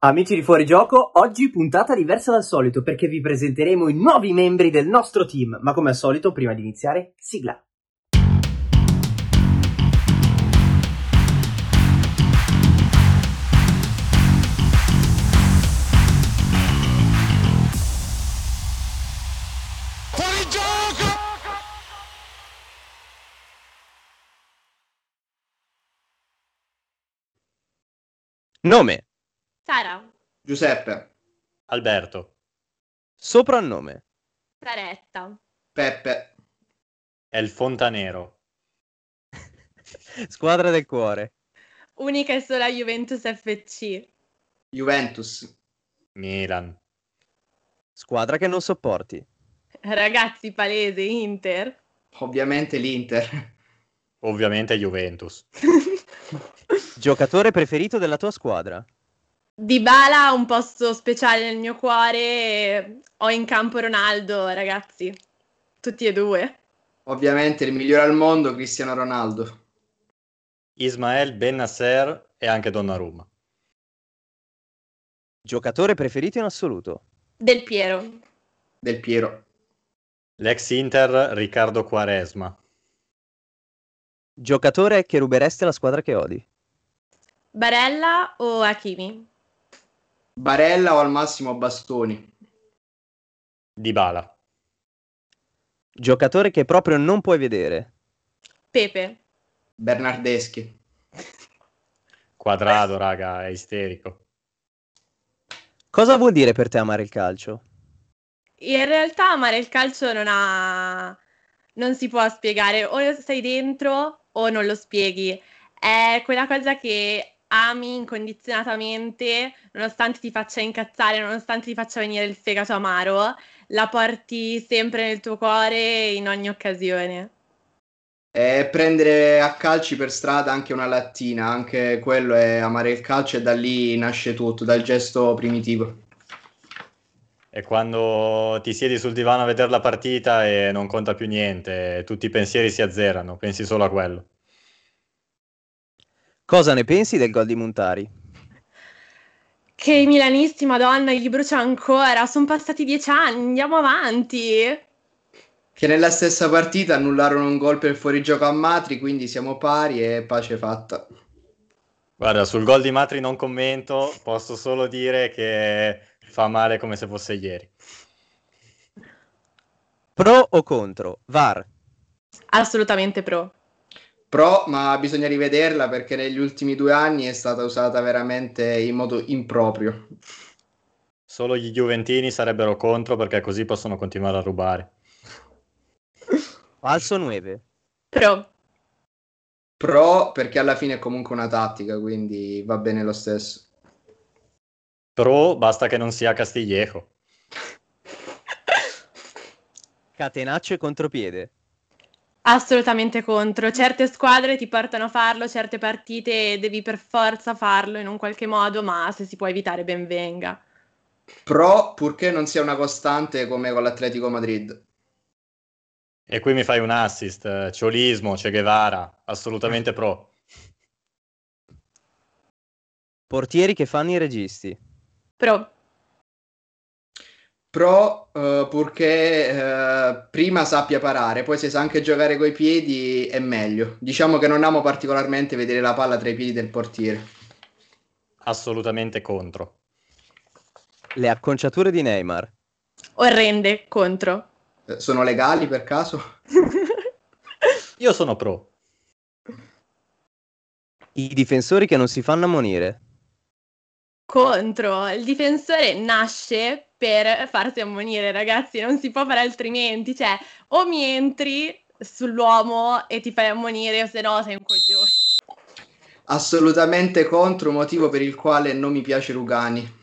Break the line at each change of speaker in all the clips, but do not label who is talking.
Amici di Fuorigioco, oggi puntata diversa dal solito perché vi presenteremo i nuovi membri del nostro team, ma come al solito, prima di iniziare, sigla.
Nome,
Sara,
Giuseppe,
Alberto,
soprannome,
Saretta,
Peppe,
è il fontanero.
squadra del cuore,
unica e sola Juventus FC,
Juventus,
Milan,
squadra che non sopporti,
ragazzi palese Inter,
ovviamente l'Inter,
ovviamente Juventus.
giocatore preferito della tua squadra,
Dybala ha un posto speciale nel mio cuore, e ho in campo Ronaldo ragazzi, tutti e due,
ovviamente il migliore al mondo Cristiano Ronaldo,
Ismael Ben Nasser e anche Donnarumma.
giocatore preferito in assoluto,
Del Piero,
Del Piero,
L'ex Inter Riccardo Quaresma,
giocatore che ruberesti alla squadra che odi,
Barella o Hakimi,
Barella o al massimo Bastoni,
Dybala,
giocatore che proprio non puoi vedere,
Pepe,
Bernardeschi,
Quadrado, raga, è isterico.
cosa vuol dire per te amare il calcio?
In realtà amare il calcio non ha... non si può spiegare, o sei dentro o non lo spieghi. È quella cosa che ami incondizionatamente, nonostante ti faccia incazzare, nonostante ti faccia venire il fegato amaro, la porti sempre nel tuo cuore in ogni occasione.
e prendere a calci per strada anche una lattina, anche quello è amare il calcio e da lì nasce tutto, dal gesto primitivo.
E quando ti siedi sul divano a vedere la partita e non conta più niente, tutti i pensieri si azzerano, pensi solo a quello.
Cosa ne pensi del gol di Montari?
Che i milanisti, madonna, gli brucio ancora, sono passati dieci anni, andiamo avanti.
Che nella stessa partita annullarono un gol per fuorigioco a Matri, quindi siamo pari e pace fatta.
Guarda, sul gol di Matri non commento, posso solo dire che fa male come se fosse ieri.
Pro o contro? VAR,
Assolutamente pro.
Pro, ma bisogna rivederla perché negli ultimi due anni è stata usata veramente in modo improprio.
Solo gli Juventini sarebbero contro perché così possono continuare a rubare.
falso 9,
Pro.
Pro perché alla fine è comunque una tattica, quindi va bene lo stesso.
Pro, basta che non sia Castiglieco.
catenaccio e contropiede,
Assolutamente contro. Certe squadre ti portano a farlo, certe partite devi per forza farlo in un qualche modo, ma se si può evitare ben venga.
Pro purché non sia una costante come con l'Atletico Madrid.
E qui mi fai un assist, eh, Ciolismo, Che Guevara, assolutamente pro.
portieri che fanno i registi,
Pro,
Pro eh, purché eh, prima sappia parare, poi se sa anche giocare coi piedi è meglio. Diciamo che non amo particolarmente vedere la palla tra i piedi del portiere.
Assolutamente contro.
le acconciature di Neymar,
orrende, contro.
Eh, sono legali per caso?
Io sono pro.
i difensori che non si fanno ammonire.
Contro. Il difensore nasce per farsi ammonire, ragazzi, non si può fare altrimenti. Cioè, o mi entri sull'uomo e ti fai ammonire, o se no sei un coglione.
Assolutamente contro, motivo per il quale non mi piace Rugani.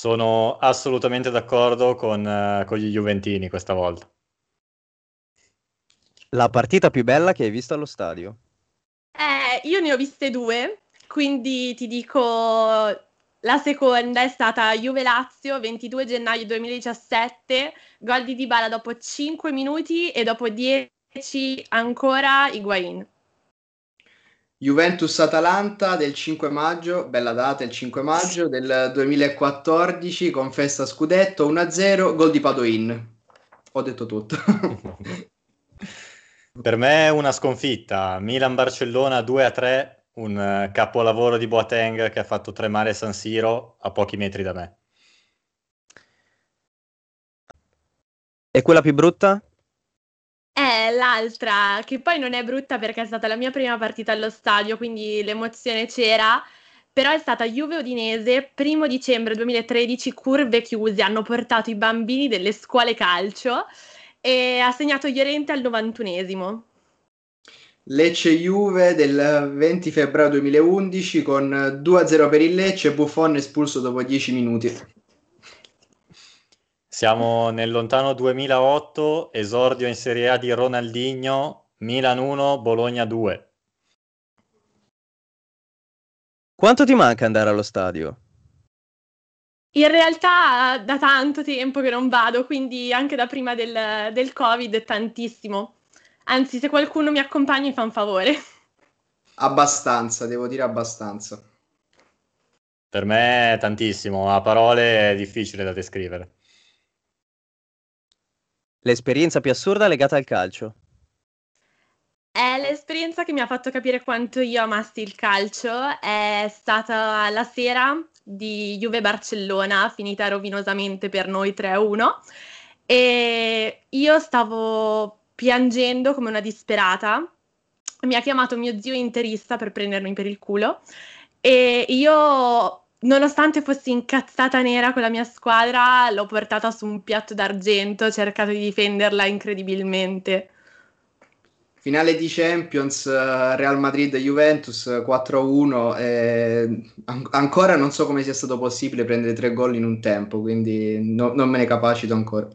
Sono assolutamente d'accordo con, eh, con gli Juventini questa volta.
La partita più bella che hai visto allo stadio.
Eh, io ne ho viste due, quindi ti dico la seconda è stata Juve Lazio 22 gennaio 2017, gol di Dybala dopo 5 minuti e dopo 10 ancora Higuain.
Juventus-Atalanta del 5 maggio, bella data il 5 maggio del 2014 con festa scudetto 1-0, gol di Padoin. Ho detto tutto.
per me è una sconfitta. Milan-Barcellona 2-3, un eh, capolavoro di Boateng che ha fatto tremare San Siro a pochi metri da me.
E quella più brutta?
È l'altra, che poi non è brutta perché è stata la mia prima partita allo stadio, quindi l'emozione c'era, però è stata Juve Udinese, primo dicembre 2013, curve chiuse, hanno portato i bambini delle scuole calcio e ha segnato Llorente al 91esimo.
Lecce Juve del 20 febbraio 2011 con 2-0 per il Lecce, Buffon espulso dopo 10 minuti.
Siamo nel lontano 2008, esordio in Serie A di Ronaldinho, Milan 1, Bologna 2.
Quanto ti manca andare allo stadio?
In realtà da tanto tempo che non vado, quindi anche da prima del, del Covid tantissimo. Anzi, se qualcuno mi accompagna mi fa un favore.
Abbastanza, devo dire abbastanza.
Per me è tantissimo, a parole è difficile da descrivere.
L'esperienza più assurda legata al calcio.
È Eh, l'esperienza che mi ha fatto capire quanto io amassi il calcio. È stata la sera di Juve Barcellona, finita rovinosamente per noi 3-1. E io stavo piangendo come una disperata. Mi ha chiamato mio zio interista per prendermi per il culo. E io, nonostante fossi incazzata nera con la mia squadra, l'ho portata su un piatto d'argento, ho cercato di difenderla incredibilmente.
Finale di Champions, eh, Real Madrid-Juventus 4-1. eh, an- ancora non so come sia stato possibile prendere tre gol in un tempo, quindi no- non me ne capacito ancora.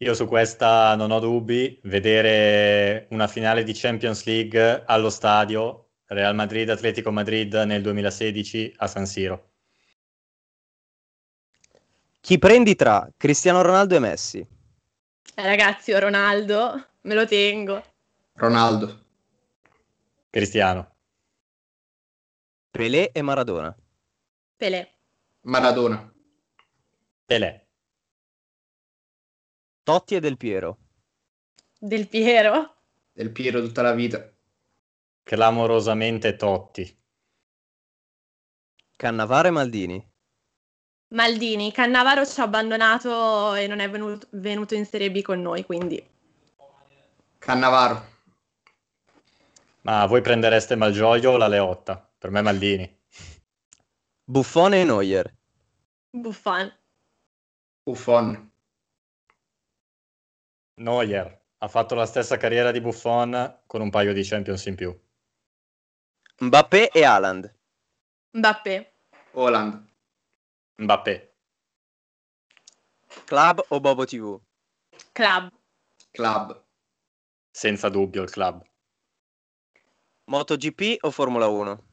Io su questa non ho dubbi, vedere una finale di Champions League allo stadio Real Madrid-Atletico Madrid nel 2016 a San Siro.
Chi prendi tra Cristiano Ronaldo e Messi?
Eh, ragazzi, io Ronaldo, me lo tengo.
Ronaldo,
Cristiano,
Pelé e Maradona.
Pelé.
Maradona,
Pelé,
Totti e Del Piero.
Del Piero.
Del Piero tutta la vita.
clamorosamente Totti,
Cannavaro e Maldini.
Maldini, Cannavaro ci ha abbandonato e non è venuto, venuto in Serie B con noi, quindi
Cannavaro,
ma voi prendereste Malgioglio o la Leotta? Per me Maldini.
Buffone e Neuer.
Buffon.
Buffon,
Neuer ha fatto la stessa carriera di Buffon con un paio di Champions in più.
Mbappé e Haaland.
Mbappé,
Holland,
Mbappé,
Club o Bobo TV.
club,
Club,
senza dubbio il club.
MotoGP o Formula 1.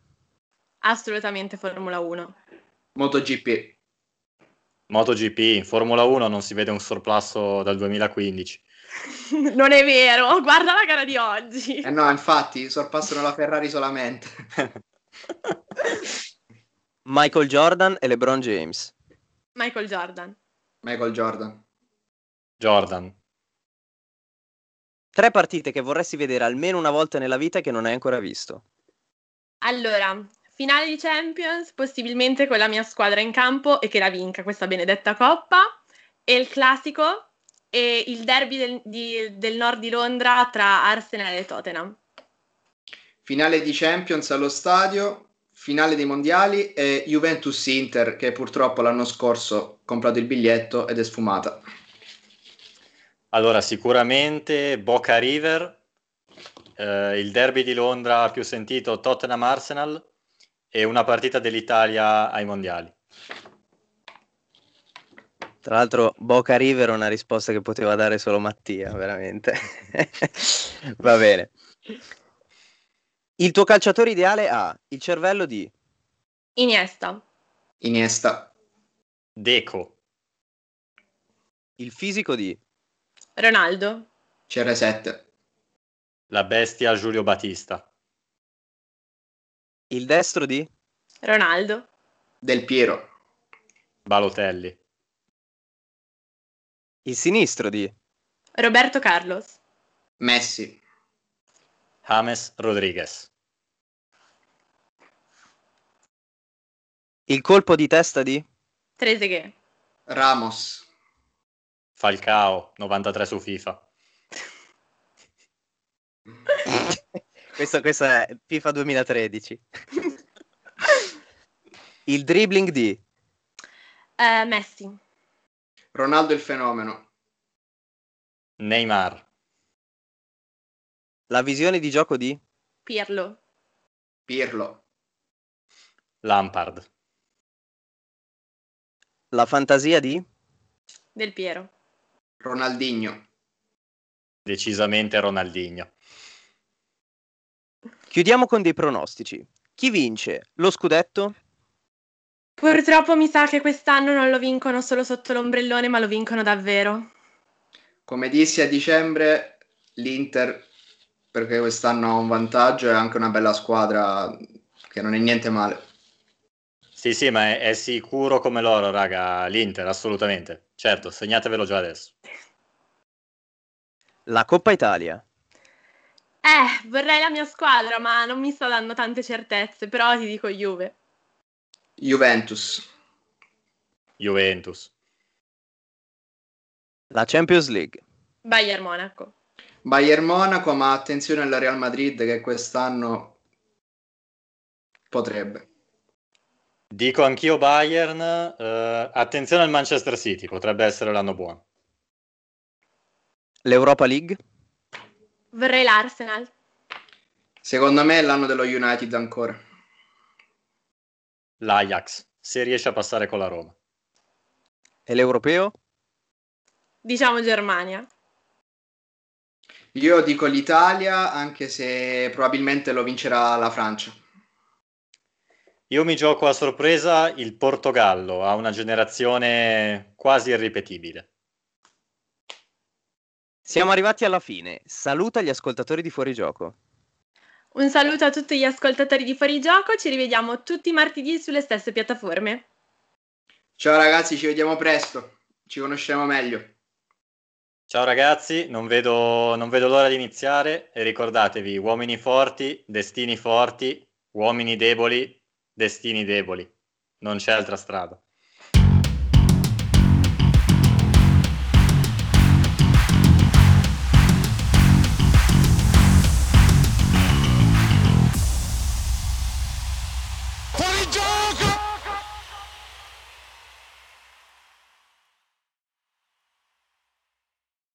assolutamente Formula 1.
MotoGP,
MotoGP, Formula 1 non si vede un sorplasso dal 2015.
non è vero, guarda la gara di oggi.
Eh no, infatti sorpassano la Ferrari solamente.
Michael Jordan e LeBron James.
Michael Jordan,
Michael Jordan,
Jordan,
Tre partite che vorresti vedere almeno una volta nella vita e che non hai ancora visto.
Allora, finale di Champions, possibilmente con la mia squadra in campo e che la vinca questa benedetta coppa. E il classico e il derby del, di- del nord di Londra tra Arsenal e Tottenham.
finale di Champions allo stadio, finale dei mondiali e Juventus-Inter che purtroppo l'anno scorso ha comprato il biglietto ed è sfumata.
Allora, sicuramente Boca River, eh, il derby di Londra più sentito Tottenham Arsenal e una partita dell'Italia ai mondiali.
Tra l'altro, Boca River è una risposta che poteva dare solo Mattia, veramente. Va bene. Il tuo calciatore ideale ha il cervello di
Iniesta,
Iniesta,
Deco,
il fisico di
Ronaldo,
CR7,
la bestia Giulio Battista,
Il destro di?
Ronaldo.
Del Piero.
Balotelli.
Il sinistro di?
Roberto Carlos.
Messi.
James Rodriguez.
Il colpo di testa di?
Trezeguet.
Ramos.
Falcao, 93 su FIFA.
Questo, questo è FIFA 2013. Il dribbling di?
Eh, Messi.
Ronaldo il fenomeno.
Neymar.
La visione di gioco di?
Pirlo.
Pirlo.
Lampard.
La fantasia di?
Del Piero.
Ronaldinho.
Decisamente Ronaldinho.
Chiudiamo con dei pronostici. Chi vince? Lo scudetto?
Purtroppo mi sa che quest'anno non lo vincono solo sotto l'ombrellone, ma lo vincono davvero.
Come dissi a dicembre, l'Inter, perché quest'anno ha un vantaggio, è anche una bella squadra che non è niente male.
Sì, sì, ma è, è sicuro come loro, raga, l'Inter, assolutamente. Certo, segnatevelo già adesso.
La Coppa Italia.
Eh, vorrei la mia squadra, ma non mi sta dando tante certezze, però ti dico Juve.
Juventus.
Juventus.
La Champions League.
Bayern Monaco.
Bayern Monaco, ma attenzione alla Real Madrid che quest'anno potrebbe.
Dico anch'io Bayern, eh, attenzione al Manchester City, potrebbe essere l'anno buono.
L'Europa League.
Vorrei l'Arsenal.
Secondo me è l'anno dello United ancora.
L'Ajax, se riesce a passare con la Roma.
E l'Europeo?
Diciamo Germania.
Io dico l'Italia, anche se probabilmente lo vincerà la Francia.
Io mi gioco a sorpresa il Portogallo, ha una generazione quasi irripetibile.
Siamo arrivati alla fine. Saluta gli ascoltatori di Fuorigioco.
Un saluto a tutti gli ascoltatori di Fuorigioco, ci rivediamo tutti i martedì sulle stesse piattaforme.
Ciao ragazzi, ci vediamo presto. Ci conosceremo meglio.
Ciao ragazzi, non vedo, non vedo l'ora di iniziare e ricordatevi, uomini forti, destini forti, uomini deboli, destini deboli. Non c'è altra strada.